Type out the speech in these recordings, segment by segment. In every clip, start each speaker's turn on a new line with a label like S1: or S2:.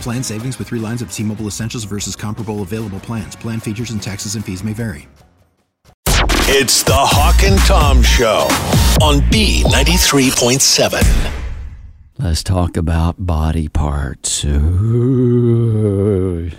S1: Plan savings with three lines of T Mobile Essentials versus comparable available plans. Plan features and taxes and fees may vary.
S2: It's the Hawk and Tom Show on B93.7.
S3: Let's talk about body parts. Ooh.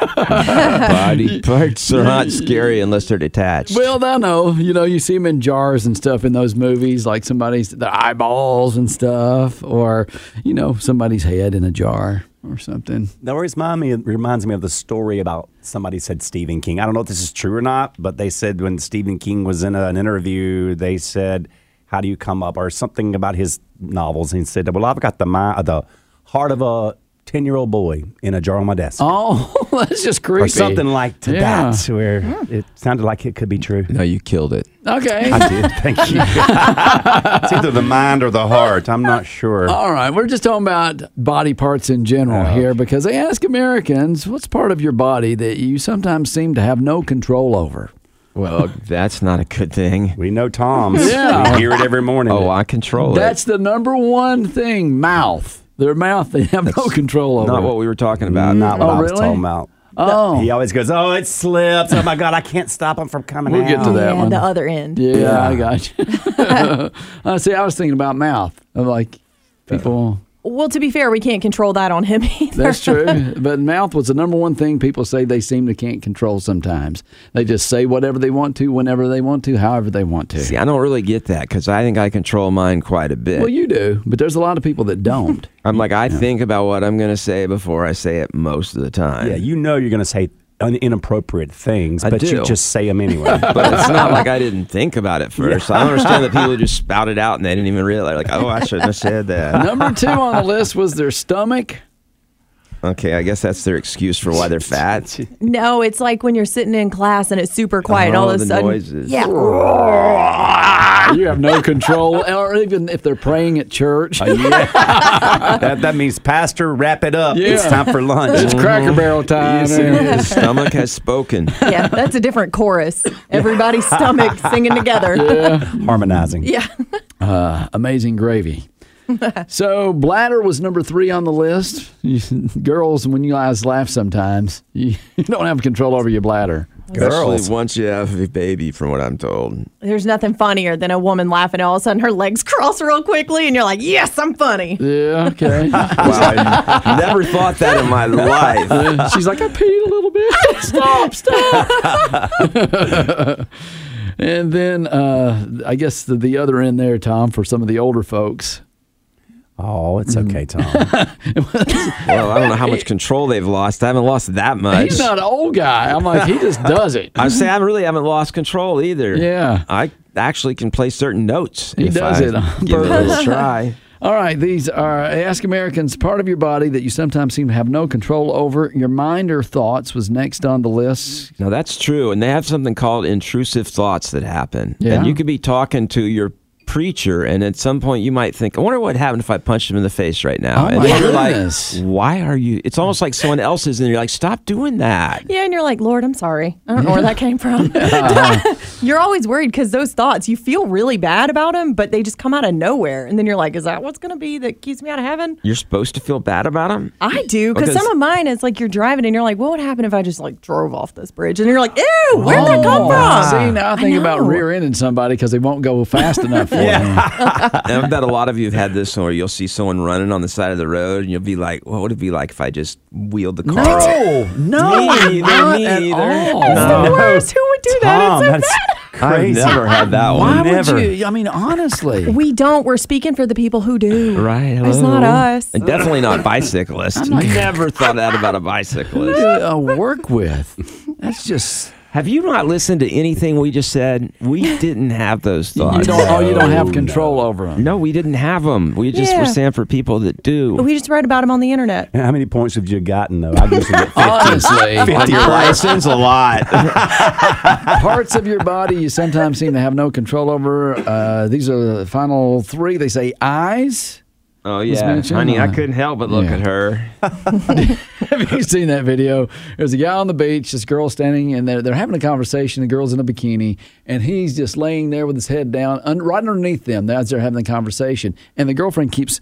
S4: Body parts are not scary unless they're detached.
S3: Well, I know. You know, you see them in jars and stuff in those movies, like somebody's the eyeballs and stuff, or you know, somebody's head in a jar or something.
S5: That always remind me, reminds me of the story about somebody said Stephen King. I don't know if this is true or not, but they said when Stephen King was in a- an interview, they said, "How do you come up?" or something about his novels, and he said, "Well, I've got the mi- uh, the heart of a ten year old boy in a jar on my desk."
S3: Oh, that's just creepy.
S5: Or something like to
S3: Yeah.
S5: that, where it sounded like it could be true.
S4: no, you killed it.
S3: Okay.
S5: I did. Thank you. it's either the mind or the heart. I'm not sure.
S3: All right, we're just talking about body parts in general
S5: Oh,
S3: here because they ask Americans what's part of your body that you sometimes seem to have no control over.
S4: Well, that's not a good thing.
S5: We know Tom's.
S3: Yeah.
S5: We hear it every morning.
S4: Oh, I control
S3: That's the number one thing mouth. Their mouth they have no control
S4: it.
S3: over.
S4: Not what we were talking about.
S5: not what
S3: Oh,
S5: I was
S3: really?
S5: talking about.
S3: Oh.
S5: He always goes, "Oh, it slips. Oh my God, I can't stop him from coming
S3: We'll
S5: out."
S3: get to that
S6: yeah,
S3: one.
S6: the other end.
S3: yeah, I got you. uh, see, I was thinking about mouth. I'm like, people.
S6: Well, to be fair, we can't control that on him either.
S3: That's true. but mouth was the number one thing people say they seem to can't control sometimes. They just say whatever they want to, whenever they want to, however they want to.
S4: See, I don't really get that because I think I control mine quite a bit.
S3: well, you do, but there's a lot of people that don't.
S4: I'm like, I think about what I'm going to say before I say it most of the time.
S5: Yeah, you know you're going to say un- inappropriate things,
S4: I
S5: but
S4: do.
S5: you just say them anyway.
S4: But it's not like I didn't think about it first. I don't understand that people just spout it out and they didn't even realize. Like, oh, I shouldn't have said that.
S3: Number two on the list was their stomach.
S4: Okay, I guess that's their excuse for why they're fat.
S6: No, it's like when you're sitting in class and it's super quiet. and
S4: Oh,
S6: all of
S4: the
S6: a sudden,
S4: noises.
S6: yeah,
S4: Ah.
S3: You have no control, or even if they're praying at church.
S5: Uh, that, that means, Pastor, wrap it up. It's
S3: Yeah.
S5: time for lunch.
S3: It's Cracker Barrel time.
S4: Yes, it is. Stomach has spoken.
S6: yeah. That's a different chorus. Everybody's stomach singing together.
S5: Harmonizing.
S6: Yeah.
S3: Amazing gravy. so bladder was number three on the list. You, girls, when you guys laugh, sometimes you, you don't have control over your bladder.
S4: Especially once you have a baby, from what I'm told.
S6: There's nothing funnier than a woman laughing. and All of a sudden, her legs cross real quickly, and you're like, "Yes, I'm funny."
S3: Yeah, okay.
S4: Wow, I never thought that in my life.
S3: She's like, I peed a little bit. stop, stop. and then uh, I guess the, the other end there, Tom, for some of the older folks.
S5: Oh, it's
S4: Mm.
S5: okay, Tom.
S4: Well, I don't know how much control they've lost. I haven't lost that much.
S3: He's not an old guy. I'm like, he just does it.
S4: I say I really haven't lost control either.
S3: Yeah.
S4: I actually can play certain notes.
S3: He
S4: if
S3: does
S4: I
S3: it on
S4: give it a
S3: purpose.
S4: little try.
S3: All right, these are Ask Americans, part of your body that you sometimes seem to have no control over. Your mind or thoughts was next on the list.
S4: Now that's true, and they have something called intrusive thoughts that happen.
S3: Yeah.
S4: And you could be talking to your preacher, and at some point you might think, "I wonder what happened if I punched him in the face right now."
S3: Oh,
S4: and
S3: my
S4: then you're
S3: goodness.
S4: like, "Why are you?" It's almost like someone else's, and you're like, "Stop doing that."
S6: Yeah, and you're like, "Lord, I'm sorry. I don't know where that came from."
S3: Uh-huh.
S6: you're always worried because those thoughts, you feel really bad about them, but they just come out of nowhere, and then you're like, "Is that what's going to be that keeps me out of heaven?"
S4: You're supposed to feel bad about him.
S6: I do because
S4: Okay,
S6: some
S4: s-
S6: of mine is like you're driving and you're like, what would happen if I just like drove off this bridge?
S3: Oh,
S6: And you're like, ew, where'd that come from?
S3: See, now I think about
S6: know.
S3: rear ending somebody because they won't go fast enough for boy. huh?
S4: And I bet a lot of you have had this where you'll see someone running on the side of the road and you'll be like, what would it be like if I just wheeled the car?
S3: No, no,
S4: Me
S3: not
S4: either,
S3: at
S4: me either.
S3: all.
S6: That's the worst. Who would do that? It's
S5: Tom,
S6: so
S5: that's
S6: bad.
S4: I've
S5: crazy.
S4: never had that one.
S3: Why
S5: Never.
S3: would you? I mean, honestly,
S6: We don't. We're speaking for the people who do.
S4: Right.
S6: It's
S4: hello.
S6: not us.
S4: And definitely not bicyclists. Never thought that about a bicyclist.
S3: uh, work with. That's just
S4: Have you not listened to anything we just said? We didn't have those
S3: you
S4: thoughts.
S3: don't. Oh, you don't have control over them.
S4: No, we didn't have them. We just
S6: Yeah.
S4: were saying for people that do.
S6: We just read about them on the internet.
S5: How many points have you gotten though? I guess you get
S3: Honestly,
S5: 50 license a lot.
S3: parts of your body you sometimes seem to have no control over. Uh, these are the final three. They say eyes.
S4: oh
S3: Miss
S4: yeah,
S3: Minchin,
S4: honey, I
S3: uh,
S4: couldn't help but look
S3: yeah.
S4: at her.
S3: Have you seen that video? There's a guy on the beach, this girl standing, and they're, they're having a conversation. The girl's in a bikini, and he's just laying there with his head down, un, right underneath them as they're having the conversation. And the girlfriend keeps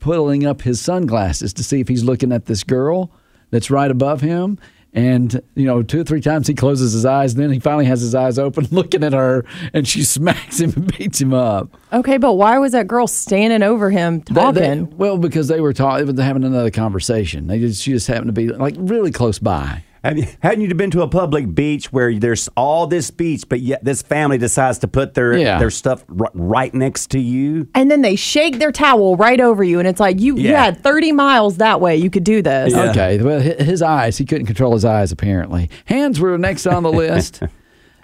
S3: pulling up his sunglasses to see if he's looking at this girl that's right above him. And, you know, two or three times he closes his eyes, and then he finally has his eyes open looking at her, and she smacks him and beats him up.
S6: Okay, but why was that girl standing over him
S3: They-
S6: talking?
S3: they- well, because they were talking, they were having another conversation. They just, she just happened to be like really close by.
S5: Have you, hadn't you been to a public beach where there's all this beach, but yet this family decides to put their
S3: Yeah.
S5: their stuff r- right next to you?
S6: and then they shake their towel right over you, and it's like you you
S5: Yeah.
S6: had 30 miles that way. You could do this.
S5: Yeah.
S3: Okay, well, hi- his eyes, he couldn't control his eyes apparently. Hands were next on the list.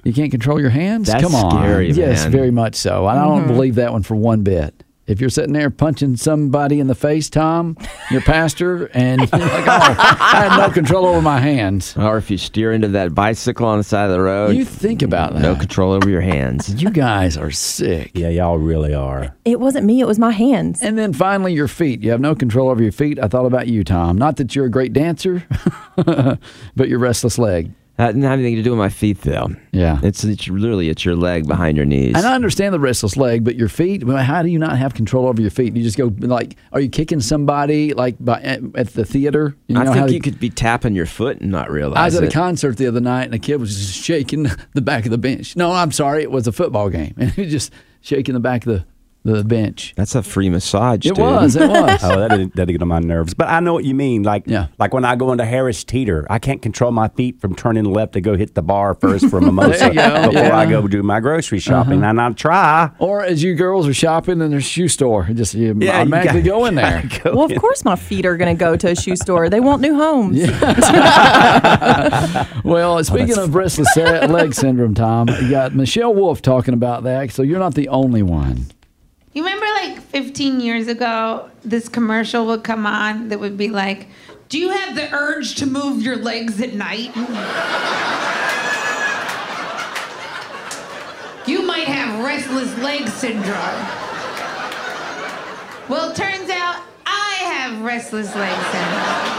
S3: You can't control your hands?
S4: That's
S3: Come on.
S4: scary,
S3: Yes,
S4: man.
S3: very much so. And I don't believe that one for one bit. If you're sitting there punching somebody in the face, Tom, your pastor, and you're like, oh, I have no control over my hands.
S4: Or if you steer into that bicycle on the side of the road,
S3: You think about that.
S4: no control over your hands.
S3: You guys are sick.
S5: Yeah, y'all really are.
S6: It wasn't me. It was my hands.
S3: And then finally, your feet. You have no control over your feet. I thought about you, Tom. Not that you're a great dancer, but your restless leg.
S4: That didn't have anything to do with my feet though.
S3: Yeah.
S4: it's, it's literally it's your leg behind your knees.
S3: And I understand the restless leg, but your feet, well, how do you not have control over your feet? You just go, like, are you kicking somebody, like, by, at, at the theater? You
S4: I
S3: know how
S4: think
S3: they-
S4: you could be tapping your foot and not realize
S3: I was at a
S4: it.
S3: concert the other night, and a kid was just shaking the back of the bench. No, I'm sorry, it was a football game. And he was just shaking the back of the, the bench.
S4: That's a free massage.
S3: It
S4: dude.
S3: was, it was.
S5: Oh, that didn't, that didn't get on my nerves. But I know what you mean. Like,
S3: Yeah.
S5: like when I go into Harris Teeter, I can't control my feet from turning left to go hit the bar first for a mimosa
S3: There you go,
S5: before I
S3: yeah. Uh-huh.
S5: go do my grocery shopping. And I try.
S3: Or as you girls are shopping in their shoe store, just you
S5: Yeah, you
S3: automatically
S5: gotta-
S3: go in there.
S6: Well, of course, my feet are going to go to a shoe store. They want new homes.
S4: Oh,
S3: Well, speaking of restless se- leg syndrome, Tom, you got Michelle Wolf talking about that. So you're not the only one.
S7: You remember like 15 years ago, this commercial would come on that would be like, Do you have the urge to move your legs at night? you might have restless leg syndrome. Well, turns out I have restless leg syndrome.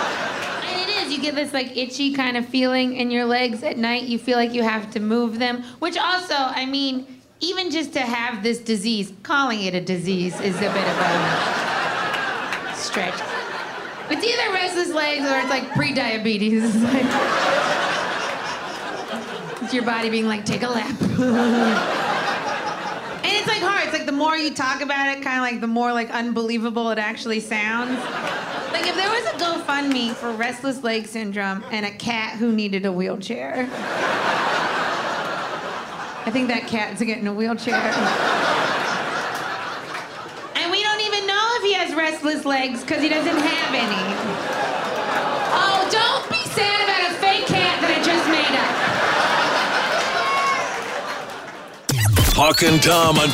S7: And it is, you get this like itchy kind of feeling in your legs at night. You feel like you have to move them, which also, I mean, even just to have this disease, calling it a disease is a bit of a stretch. It's either restless legs or it's like pre diabetes. It's, like, it's your body being like, take a lap. And it's like hard. It's like the more you talk about it, kind of like the more like unbelievable it actually sounds. Like if there was a GoFundMe for restless leg syndrome and a cat who needed a wheelchair. I think that cat's getting a wheelchair. And we don't even know if he has restless legs because he doesn't have any. Oh, don't be sad about a fake cat that I just made up.
S2: Hawk and Tom on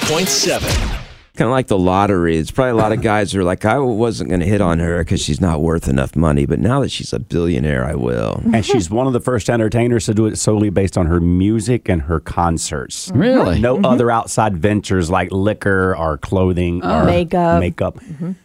S2: B93.7.
S4: kind of like the lottery. It's probably a lot of guys who are like, I wasn't going to hit on her because she's not worth enough money, but now that she's a billionaire, I will.
S5: And she's one of the first entertainers to do it solely based on her music and her concerts.
S3: Really?
S4: Mm-hmm.
S5: No other outside ventures like liquor or clothing
S4: Oh.
S5: or
S6: Makeup.
S5: Makeup.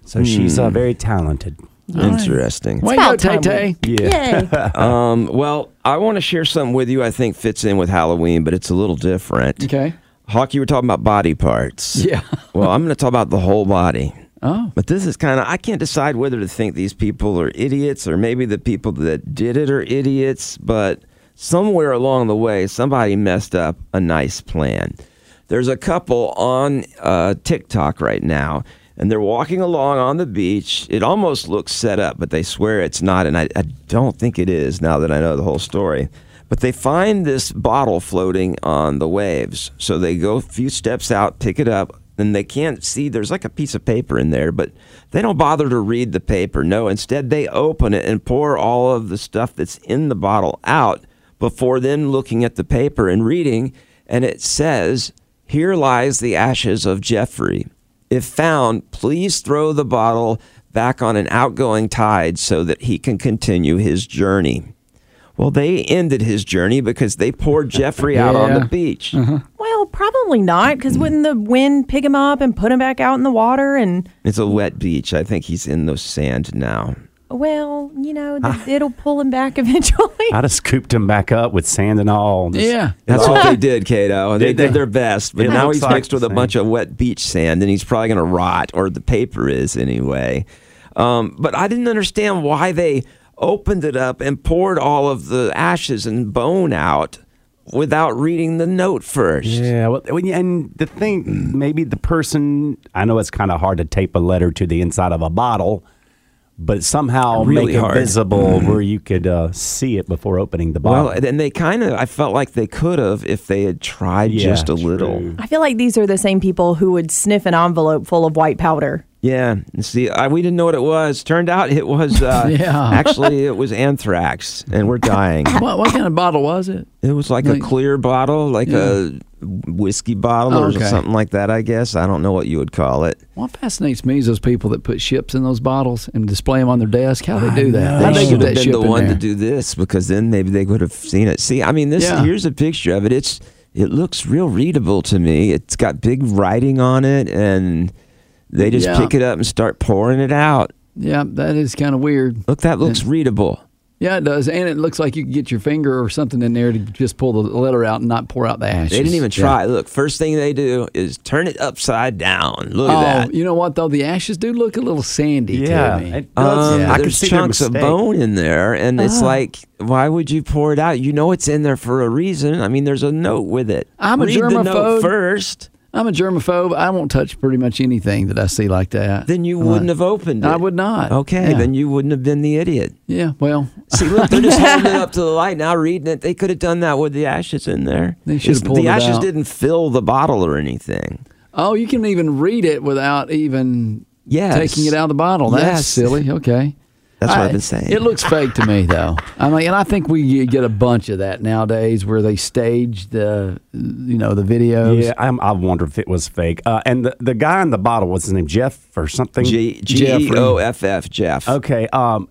S5: So she's
S4: Hmm.
S5: uh, very talented.
S4: Interesting.
S3: Wait, no,
S6: about
S3: Tay
S6: time
S3: Tay.
S6: Yay.
S4: Um, well, I want to share something with you I think fits in with Halloween, but it's a little different.
S3: Okay.
S4: Hawk, you were talking about body parts.
S3: Yeah.
S4: well, I'm going to talk about the whole body.
S3: Oh.
S4: But this is kind of, I can't decide whether to think these people are idiots or maybe the people that did it are idiots, but somewhere along the way, somebody messed up a nice plan. There's a couple on uh, TikTok right now, and they're walking along on the beach. It almost looks set up, but they swear it's not, and I, I don't think it is now that I know the whole story. But they find this bottle floating on the waves. So they go a few steps out, pick it up, and they can't see. There's like a piece of paper in there, but they don't bother to read the paper. No, instead, they open it and pour all of the stuff that's in the bottle out before then looking at the paper and reading. And it says, Here lies the ashes of Jeffrey. If found, please throw the bottle back on an outgoing tide so that he can continue his journey. Well, they ended his journey because they poured Jeffrey out on the
S3: Yeah.
S4: beach.
S5: Uh-huh.
S6: Well, probably not, because wouldn't the wind pick him up and put him back out in the water? And
S4: It's a wet beach. I think he's in the sand now.
S6: well, you know,
S4: Ah.
S6: the, it'll pull him back eventually.
S5: I'd have scooped him back up with sand and all. Just-
S3: Yeah.
S4: That's what they did, Cato. They
S5: Did
S4: did
S5: they?
S4: their best, but
S5: It
S4: now
S5: looks
S4: he's
S5: like
S4: mixed
S5: the
S4: with a
S5: same.
S4: bunch of wet beach sand, and he's probably going to rot, or the paper is anyway. Um, but I didn't understand why they opened it up and poured all of the ashes and bone out without reading the note first.
S5: Yeah, well, when you- and the thing, maybe the person, I know it's kind of hard to tape a letter to the inside of a bottle, but somehow
S4: Really
S5: make it
S4: hard. Mm-hmm.
S5: visible where you could uh, see it before opening the bottle.
S4: Well, and they kind of, I felt like they could have if they had tried
S5: Yeah,
S4: just a little.
S5: true.
S6: I feel like these are the same people who would sniff an envelope full of white powder.
S4: Yeah. and See, I, we didn't know what it was. Turned out it was, uh,
S3: Yeah.
S4: actually, it was anthrax, and we're dying.
S3: What, what kind of bottle was it?
S4: It was like
S3: Like-
S4: a clear bottle, like a whiskey bottle
S3: Oh,
S4: or
S3: okay.
S4: something like that, I guess. I don't know what you would call it.
S3: What fascinates me is those people that put ships in those bottles and display them on their desk. How they do that?
S4: They
S3: How they
S4: should
S3: get
S4: have
S3: that
S4: been
S3: ship
S4: the
S3: in
S4: one to
S3: there?
S4: do this because then maybe they would have seen it. See, I mean, this
S3: Yeah.
S4: here's a picture of it. It's it looks real readable to me. It's got big writing on it, and they just
S3: Yeah.
S4: pick it up and start pouring it out.
S3: Yeah, that is kind of weird.
S4: Look, that looks readable.
S3: Yeah, it does, and it looks like you can get your finger or something in there to just pull the letter out and not pour out the ashes.
S4: They didn't even
S3: Yeah.
S4: try. Look, first thing they do is turn it upside down. Look
S3: Oh,
S4: at that.
S3: you know what though? The ashes do look a little sandy
S5: yeah,
S3: to me.
S5: it does.
S4: Um,
S3: Yeah.
S5: I could
S4: there's
S5: see their
S4: chunks of
S5: mistake.
S4: bone in there, and it's like, why would you pour it out? You know it's in there for a reason. I mean, there's a note with it.
S3: I'm a
S4: Read the note
S3: germaphobe.
S4: first,
S3: I'm a germaphobe. I won't touch pretty much anything that I see like that.
S4: then you
S3: I'm
S4: wouldn't
S3: like,
S4: have opened it.
S3: I would not.
S4: Okay,
S3: Yeah.
S4: then you wouldn't have been the idiot.
S3: Yeah, well,
S4: See, look, they're just holding it up to the light now, reading it. They could have done that with the ashes in there.
S3: They should have
S4: It's-
S3: pulled
S4: The
S3: it
S4: ashes
S3: out.
S4: didn't fill the bottle or anything.
S3: oh, you can even read it without even
S4: Yes.
S3: taking it out of the bottle. That's
S4: Yes.
S3: silly. Okay.
S4: That's what
S3: I,
S4: I've been saying.
S3: It looks fake to me, though. I mean, and I think we get a bunch of that nowadays, where they stage the, you know, the videos.
S5: Yeah, I'm, I wonder if it was fake. Uh, and the, the guy in the bottle, what's his name, Jeff or something?
S4: G
S3: Jeffrey.
S4: G O F F Jeff.
S5: Okay, um,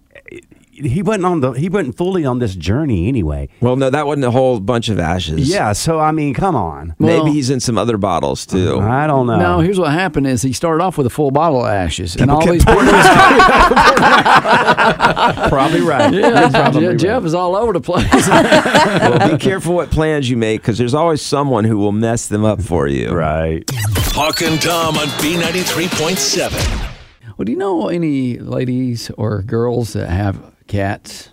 S5: he wasn't on the he wasn't fully on this journey anyway.
S4: Well, no, that wasn't a whole bunch of ashes.
S5: Yeah, so I mean, come on.
S3: Well-
S4: Maybe he's in some other bottles too.
S5: I don't know.
S3: No, here's what happened: is he started off with a full bottle of ashes, and
S5: People
S3: all
S5: kept
S3: these
S5: pouring probably right.
S3: Yeah,
S5: You're probably right.
S3: Jeff is all over the place.
S4: well, be careful what plans you make because there's always someone who will mess them up for you.
S5: Right.
S2: Hawk and Tom on B93.7.
S3: well, do you know any ladies or girls that have cats?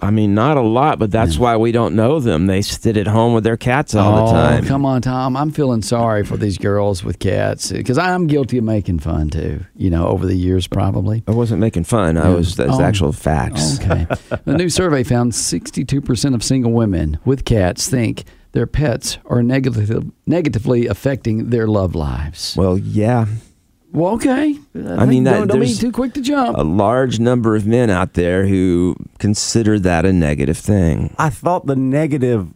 S4: I mean, not a lot, but that's why we don't know them. They sit at home with their cats all the time.
S3: Oh, Come on, Tom. I'm feeling sorry for these girls with cats because I'm guilty of making fun too. You know, over the years probably.
S4: I wasn't making fun. I was that's
S3: Oh.
S4: actual facts.
S3: Okay. the new survey found 62% of single women with cats think their pets are negative, negatively affecting their love lives.
S4: Well, yeah,
S3: Well, okay.
S4: I mean, that-
S3: don't, don't be
S4: there's-
S3: too quick to jump.
S4: a large number of men out there who consider that a negative thing.
S5: I thought the negative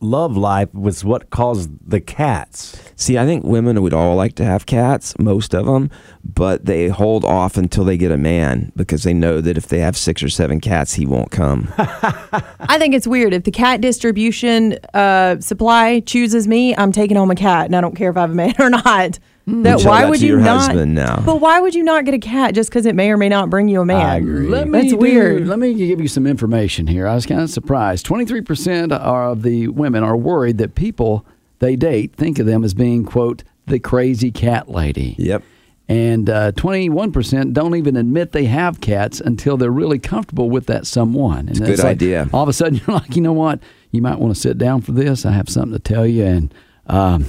S5: love life was what caused the cats.
S4: See, I think women would all like to have cats, most of them, but they hold off until they get a man because they know that if they have six or seven cats, he won't come.
S6: I think it's weird. If the cat distribution uh, supply chooses me, I'm taking home a cat, and I don't care if I have a man or not. That
S4: tell
S6: why
S4: that
S6: would
S4: Mm. to
S6: you
S4: your
S6: not?
S4: husband now.
S6: But why would you not get a cat just because it may or may not bring you a man?
S5: I agree.
S3: Let me
S6: That's
S3: do-
S6: weird.
S3: Let me give you some information here. I was kind of surprised. Twenty-three percent of the women are worried that people they date think of them as being quote the crazy cat lady.
S4: Yep.
S3: And uh, 21% don't even admit they have cats until they're really comfortable with that someone. And it's
S4: a good
S3: like,
S4: idea.
S3: All of a sudden, you're like, you know what? You might want to sit down for this. I have something to tell you. And um,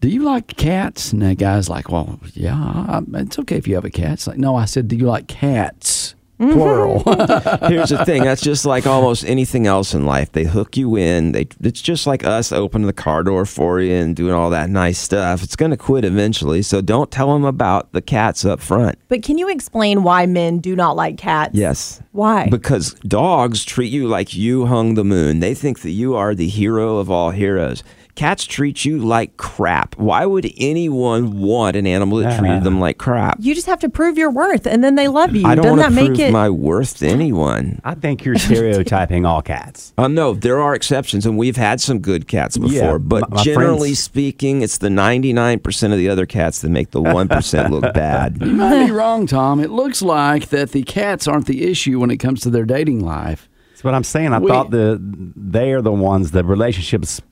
S3: do you like cats? And that guy's like, well, yeah, I, it's okay if you have a cat. It's like, no, I said, do you like cats?
S4: Mm-hmm.
S3: Plural.
S4: Here's the thing. That's just like almost anything else in life. They hook you in. They it's just like us opening the car door for you and doing all that nice stuff. It's going to quit eventually. So don't tell them about the cats up front.
S6: But can you explain why men do not like cats?
S4: Yes.
S6: Why?
S4: Because dogs treat you like you hung the moon. They think that you are the hero of all heroes. Cats treat you like crap. Why would anyone want an animal that treated
S5: Uh-huh.
S4: them like crap?
S6: you just have to prove your worth, and then they love you.
S4: I don't
S6: Doesn't
S4: want
S6: that
S4: to
S6: make
S4: prove
S6: it?
S4: my worth to anyone.
S5: I think you're stereotyping all cats.
S4: Uh, no, there are exceptions, and we've had some good cats before.
S5: Yeah,
S4: but
S5: my- my
S4: generally
S5: friends-
S4: speaking, it's the 99% of the other cats that make the 1% look bad.
S3: you might be wrong, Tom. It looks like that the cats aren't the issue when it comes to their dating life.
S5: That's what I'm saying. I
S3: We-
S5: thought the they are the ones the relationships.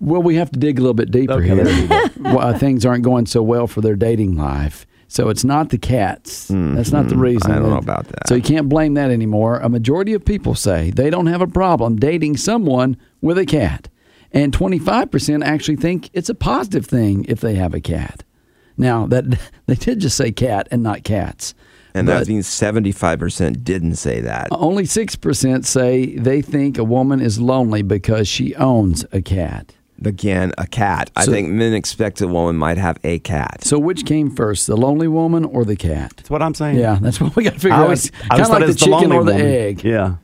S3: Well, we have to dig a little bit deeper
S5: Okay, there you
S3: here. Why things aren't going so well for their dating life. So it's not the cats. That's not the reason.
S4: Hmm, I don't know about that.
S3: So you can't blame that anymore. A majority of people say they don't have a problem dating someone with a cat. And 25% actually think it's a positive thing if they have a cat. Now, that they did just say cat and not cats.
S4: And
S3: But-
S4: that means 75% didn't say that.
S6: Oh.
S3: only 6% say they think a woman is lonely because she owns a cat.
S4: Again, a cat. I
S3: So-
S4: think men expect a woman might have a cat.
S3: So, which came first, the lonely woman or the cat?
S5: That's what I'm saying.
S3: Yeah, that's what we got to figure
S5: I always,
S3: out.
S5: I
S3: Kind
S5: always
S3: of
S5: thought
S3: like
S5: it
S3: the
S5: was the
S3: chicken
S5: lonely
S3: or the
S5: woman.
S3: egg. Yeah.
S5: Yeah.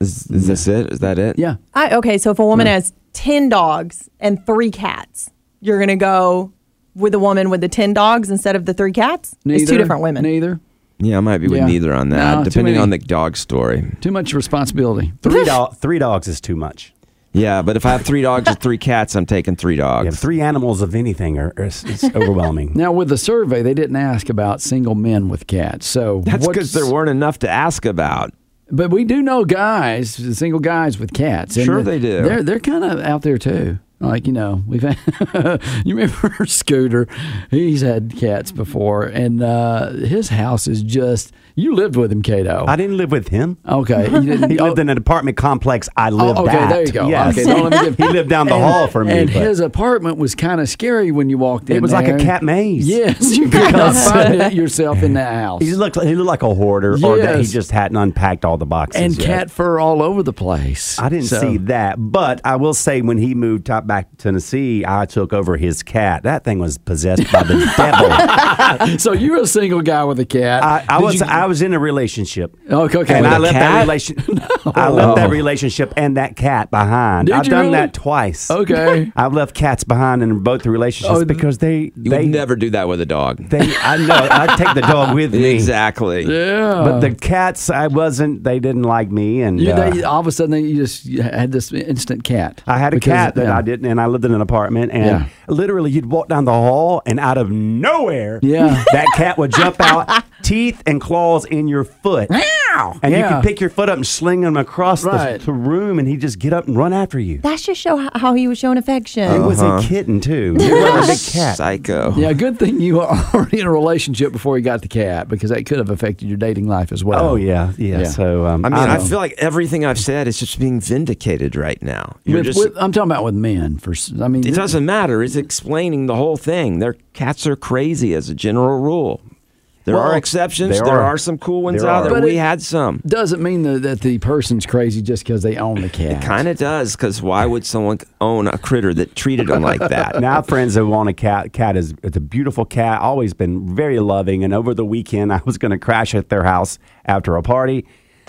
S4: Is, is this it? Is that it?
S6: I, okay, so if a woman has 10 dogs and three cats, you're going to go with the woman with the 10 dogs instead of the three cats? it's two
S3: Neither-
S6: different women.
S3: Neither.
S4: Yeah, I might be with
S3: Yeah.
S4: neither on that,
S3: No, too
S4: depending
S3: many.
S4: on the dog story.
S3: Too much responsibility.
S5: Three, dog, three dogs is too much.
S4: Yeah, but if I have three dogs or three cats, I'm taking three dogs.
S5: Yeah, three animals of anything are, are it's overwhelming.
S3: Now, with the survey, they didn't ask about single men with cats. So
S4: That's
S3: what's-
S4: because there weren't enough to ask about.
S3: But we do know guys, single guys with cats. and
S4: Sure they do.
S3: They're they're kind of out there too. Like you know, we've had, you remember Scooter? He's had cats before, and uh, his house is just. You lived with him, Cato.
S5: I didn't live with him.
S3: okay, you didn't.
S5: He
S3: oh,
S5: lived in an apartment complex I
S3: oh,
S5: lived
S3: okay,
S5: at.
S3: there you go.
S5: Yes.
S3: Okay, don't let me give,
S5: he lived down the
S3: and-
S5: hall from me.
S3: And
S5: but
S3: his apartment was kind of scary when you walked in.
S5: it was like a
S3: there.
S5: cat maze.
S3: Yes, you could not find it yourself in the house.
S5: He looked he looked like a hoarder or that he
S3: Yes.
S5: just hadn't unpacked all the boxes.
S3: and
S5: yet.
S3: cat fur all over the place.
S5: I didn't
S3: So-
S5: see that, but I will say when he moved top back to Tennessee, I took over his cat. That thing was possessed by the devil.
S3: So you're a single guy with a cat.
S5: I, I
S3: Did
S5: was
S3: you- Oh,
S5: I was in a relationship.
S3: Okay, okay.
S5: And
S3: With
S5: I
S3: a
S5: left
S3: cat? Oh.
S5: that relation. I left that relationship and that cat behind.
S3: Did
S5: I've
S3: you
S5: done
S3: really?
S5: that twice.
S3: Okay.
S5: I've left cats behind in both relationships
S3: Oh,
S5: because they
S4: You
S5: they
S4: would never do that with a dog.
S5: they I know I take the dog with me.
S4: Exactly.
S5: But the cats, I wasn't. They didn't like me, and
S3: Oh. You,
S5: uh,
S3: they, all of a sudden, they, you just you had this instant cat.
S5: I had a
S3: Because-
S5: cat that
S3: yeah.
S5: I didn't, and I lived in an apartment, and
S3: Yeah.
S5: literally, you'd walk down the hall, and out of nowhere,
S3: Yeah.
S5: that cat would jump out, teeth and claws in your foot, and you
S3: Yeah.
S5: could pick your foot up and sling him across
S3: Right.
S5: the, the room, and he'd just get up and run after you.
S6: That's just show how, how he was showing affection.
S5: It
S4: Uh-huh.
S5: was
S3: Uh-huh.
S5: a kitten too. It was a cat.
S4: Psycho.
S3: Yeah, good thing you were already in a relationship before you got the cat because that could have affected your dating life as well.
S5: Oh yeah, yeah.
S3: Yeah.
S5: So um,
S4: I mean, I,
S5: don't-
S4: feel like everything I've said is just being vindicated right now. You're
S3: With,
S4: just,
S3: with, I'm talking about with men. For s- I mean,
S4: it doesn't matter. It's explaining the whole thing. Their cats are crazy as a general rule. There
S3: Well,
S4: are exceptions.
S5: there
S4: There,
S5: are.
S4: are. some cool ones
S5: There
S4: out
S5: are.
S4: there.
S3: But
S4: we
S3: it-
S4: had some.
S3: doesn't mean that, that the person's crazy just because they own the cat.
S4: Kind of does, because why would someone own a critter that treated them like that?
S5: Now, friends that want a cat. Cat is it's a beautiful cat. Always been very loving. And over the weekend, I was going to crash at their house after a party.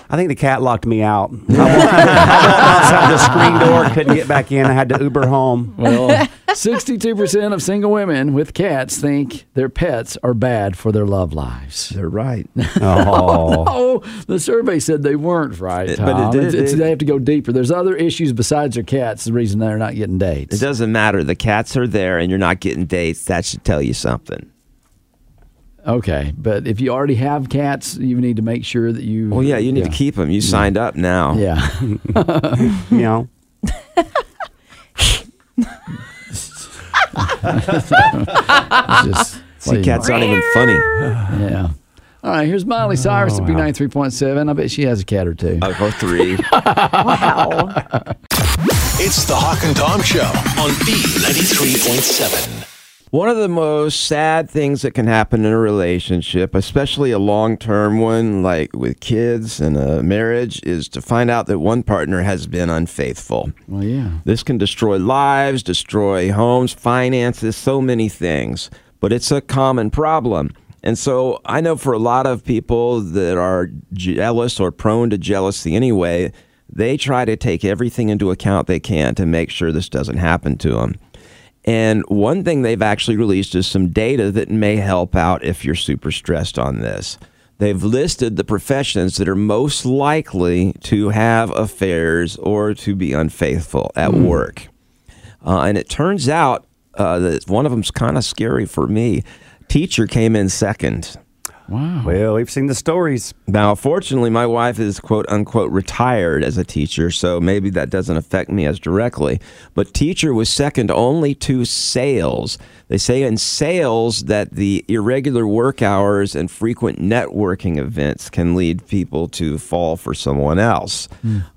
S5: I think the cat locked me out. I walked outside the screen door, couldn't get back in. I had to Uber home.
S3: Well, 62% of single women with cats think their pets are bad for their love lives.
S4: They're right.
S5: Oh,
S3: Oh, the survey said they weren't right.
S4: It-
S3: Tom.
S4: but it did-
S3: It's- it's-
S4: it-
S3: they have to go deeper. There's other issues besides their cats, the reason they're not getting
S4: It
S3: dates.
S4: doesn't matter. The cats are there, and you're not getting dates. That should tell you something.
S3: Okay, but if you already have cats, you need to make sure that you.
S4: Well, yeah, you need to keep them. You signed up now.
S3: Yeah.
S5: you know.
S3: It's just-
S4: See, cats aren't even funny.
S3: Yeah. All right, here's Miley
S4: Oh,
S3: Cyrus at B93.7. I bet she has a cat or two.
S4: Uh, or three.
S6: Wow.
S2: It's the Hawk and Tom Show on B93.7.
S4: One of the most sad things that can happen in a relationship, especially a long term one like with kids and a marriage, is to find out that one partner has been unfaithful.
S3: Well, yeah.
S4: This can destroy lives, destroy homes, finances, so many things, but it's a common problem. And so I know for a lot of people that are jealous or prone to jealousy anyway, they try to take everything into account they can to make sure this doesn't happen to them. And one thing they've actually released is some data that may help out if you're super stressed on this. They've listed the professions that are most likely to have affairs or to be unfaithful at work. Uh, and it turns out uh, that one of them's kind of scary for me. Teacher came in second.
S5: Well, we've seen the stories.
S4: Now, fortunately, my wife is quote unquote retired as a teacher, so maybe that doesn't affect me as directly. But teacher was second only to sales. They say in sales that the irregular work hours and frequent networking events can lead people to fall for someone else.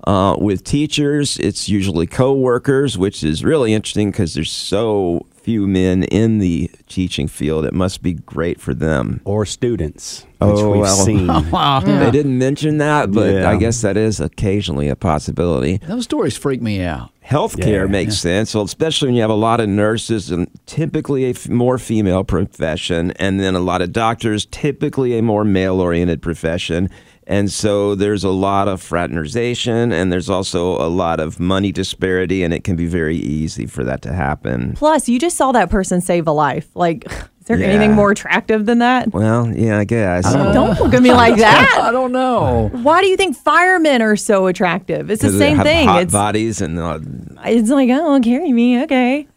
S4: Uh, with teachers, it's usually coworkers, which is really interesting because there's so few men in the teaching field. It must be great for them.
S5: Or students, which
S4: Oh,
S5: we've
S4: well.
S5: seen.
S4: They didn't mention that, but
S5: Yeah.
S4: I guess that is occasionally a possibility.
S3: Those stories freak me out.
S4: Healthcare
S5: Yeah.
S4: makes sense, well, especially when you have a lot of nurses and typically a f- more female profession, and then a lot of doctors, typically a more male oriented profession. And so there's a lot of fraternization, and there's also a lot of money disparity, and it can be very easy for that to happen.
S6: Plus, you just saw that person save a life. Like, is there
S4: Yeah.
S6: anything more attractive than that?
S4: Well, yeah, I guess.
S6: Don't look at me like
S3: I
S6: that.
S3: don't know.
S6: Why do you think firemen are so attractive? It's the
S4: 'Cause they
S6: same
S4: have
S6: thing.
S4: Hot
S6: It's
S4: bodies and uh,
S6: it's like, oh, carry me, okay.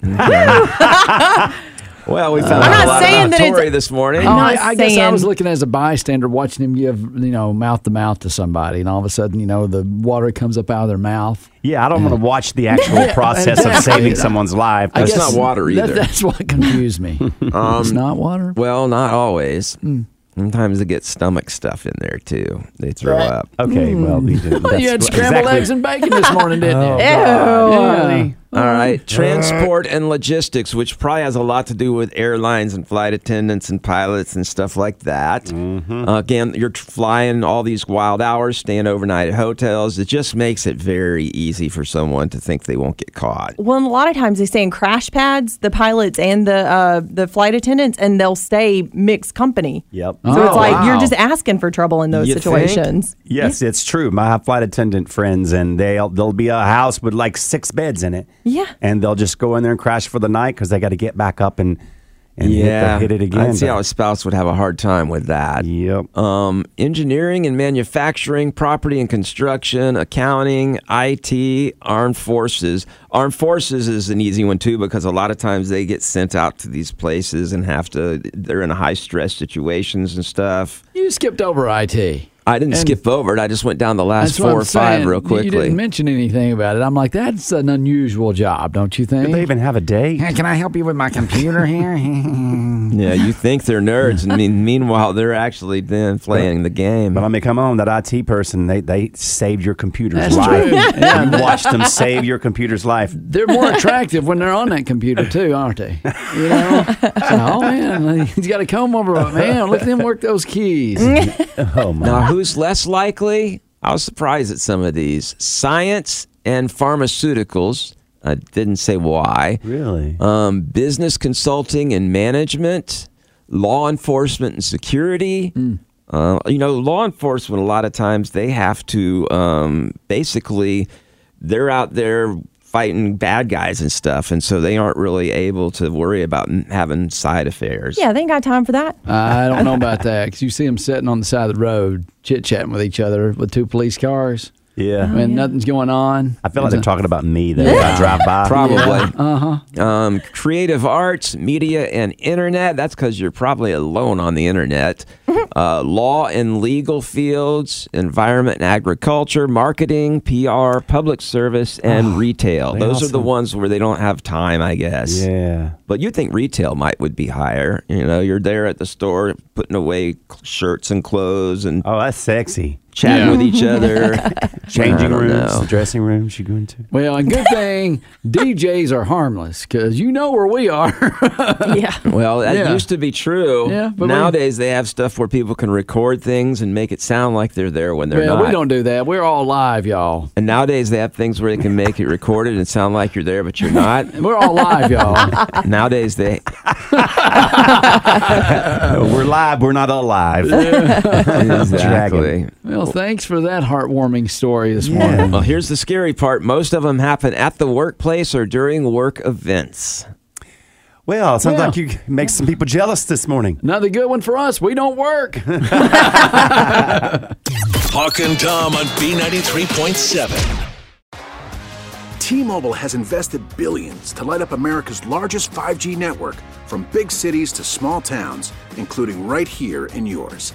S4: well, we found
S6: Uh, I'm
S4: out
S6: not
S4: a lot
S6: saying
S4: about
S6: that it's- Oh,
S4: Tory this morning.
S6: I'm
S3: No,
S6: not
S3: I, I guess I
S6: saying-
S3: was looking as a bystander, watching him give you know mouth to mouth to somebody, and all of a sudden you know the water comes up out of their mouth.
S5: Yeah, I don't want to watch the actual process of saving someone's life.
S3: I
S4: It's
S3: guess
S4: not water
S3: that-
S4: either. Um,
S3: that's what confused me. it's not water.
S4: Well, not always. Sometimes they get stomach stuff in there too. They throw up.
S5: Okay, well, you, did-
S3: you had
S5: that's
S3: scrambled
S5: exactly-
S3: eggs and bacon this morning, didn't you?
S6: Ew.
S4: All right. Transport and logistics, which probably has a lot to do with airlines and flight attendants and pilots and stuff like that.
S5: Mm-hmm.
S4: Uh, again, you're tr- flying all these wild hours, staying overnight at hotels. It just makes it very easy for someone to think they won't get caught.
S6: Well, and a lot of times they stay in crash pads, the pilots and the uh, the flight attendants, and they'll stay mixed company.
S5: Yep.
S6: So
S3: Oh,
S6: it's like
S3: wow.
S6: you're just asking for trouble in those
S4: You think?
S6: situations.
S5: Yes, it's true. My flight attendant friends, and they'll there'll be a house with like six beds in it.
S6: Yeah.
S5: and they'll just go in there and crash for the night because they got to get back up and and hit the-
S4: yeah,
S5: hit, it again.
S4: I'd see
S5: but-
S4: how a spouse would have a hard time with that.
S5: Yep.
S4: um, engineering and manufacturing, property and construction, accounting, IT, armed forces. Armed forces is an easy one too because a lot of times they get sent out to these places and have to. They're in high stress situations and stuff.
S3: You skipped over IT.
S4: I didn't
S3: And-
S4: skip over it. I just went down the last
S3: That's what
S4: four
S3: I'm
S4: or five
S3: saying.
S4: real quickly.
S3: You didn't mention anything about it. I'm like, that's an unusual job, don't you think?
S5: Did they even have a day?
S3: Hey, can I help you with my computer here?
S4: yeah, you think they're nerds, and mean, meanwhile they're actually then playing the game.
S5: But I mean, come on, that IT person, they, they saved your computer's
S3: That's
S5: life.
S3: true. Yeah.
S5: You watched them save your computer's life.
S3: they're more attractive when they're on that computer too, aren't they? You know, So, oh man, he's got a comb over. But man, look at him work those keys.
S5: Oh, my.
S4: Now, who's less likely? I was surprised at some of these. Science and pharmaceuticals. I didn't say why.
S5: Really?
S4: Um, business consulting and management, law enforcement and security. Uh, you know, law enforcement, a lot of times they have to um, basically, they're out there fighting bad guys and stuff. And so they aren't really able to worry about n- having side affairs.
S6: Yeah, they ain't got time for that.
S3: I don't know about that because you see them sitting on the side of the road, chit chatting with each other with two police cars,
S5: Oh, Yeah.
S3: and nothing's going on.
S5: I feel like they're talking about me though. When I drive by.
S4: Probably.
S5: Uh-huh.
S4: Um, creative arts, media, and internet. That's because you're probably alone on the internet.
S5: Mm-hmm.
S4: Uh, law and legal fields, environment and agriculture, marketing, PR, public service, and retail.
S5: Ah, they
S4: Those are
S5: also-
S4: the ones where they don't have time, I guess.
S5: Yeah.
S4: But you think retail might would be
S5: Uh,
S4: higher? You know, you're there at the store putting away cl- shirts and clothes and
S5: Oh, that's sexy.
S4: chatting with each other, I
S5: Changing
S4: don't
S5: rooms,
S4: know.
S5: the dressing room she go into.
S3: Well, and good thing DJs are harmless because you know where we are.
S6: yeah.
S4: Well, that
S3: Yeah.
S4: used to be true.
S3: Yeah, but we-
S4: nowadays they have stuff where people can record things and make it sound like they're there when they're
S3: well,
S4: not.
S3: we don't do that. We're all live, y'all.
S4: And nowadays they have things where they can make it recorded and sound like you're there, but you're not.
S3: We're all live, y'all.
S4: nowadays they
S5: Uh, we're live. We're not alive.
S4: exactly.
S3: well, thanks for that heartwarming story this morning.
S4: Well, here's the scary part. Most of them happen at the workplace or during work events.
S5: Well, it sounds
S3: Yeah.
S5: like you make some people jealous this morning.
S3: Another good one for us. We don't work.
S2: Hawk and Tom on B93.7.
S8: T-Mobile has invested billions to light up America's largest 5G network from big cities to small towns, including right here in yours.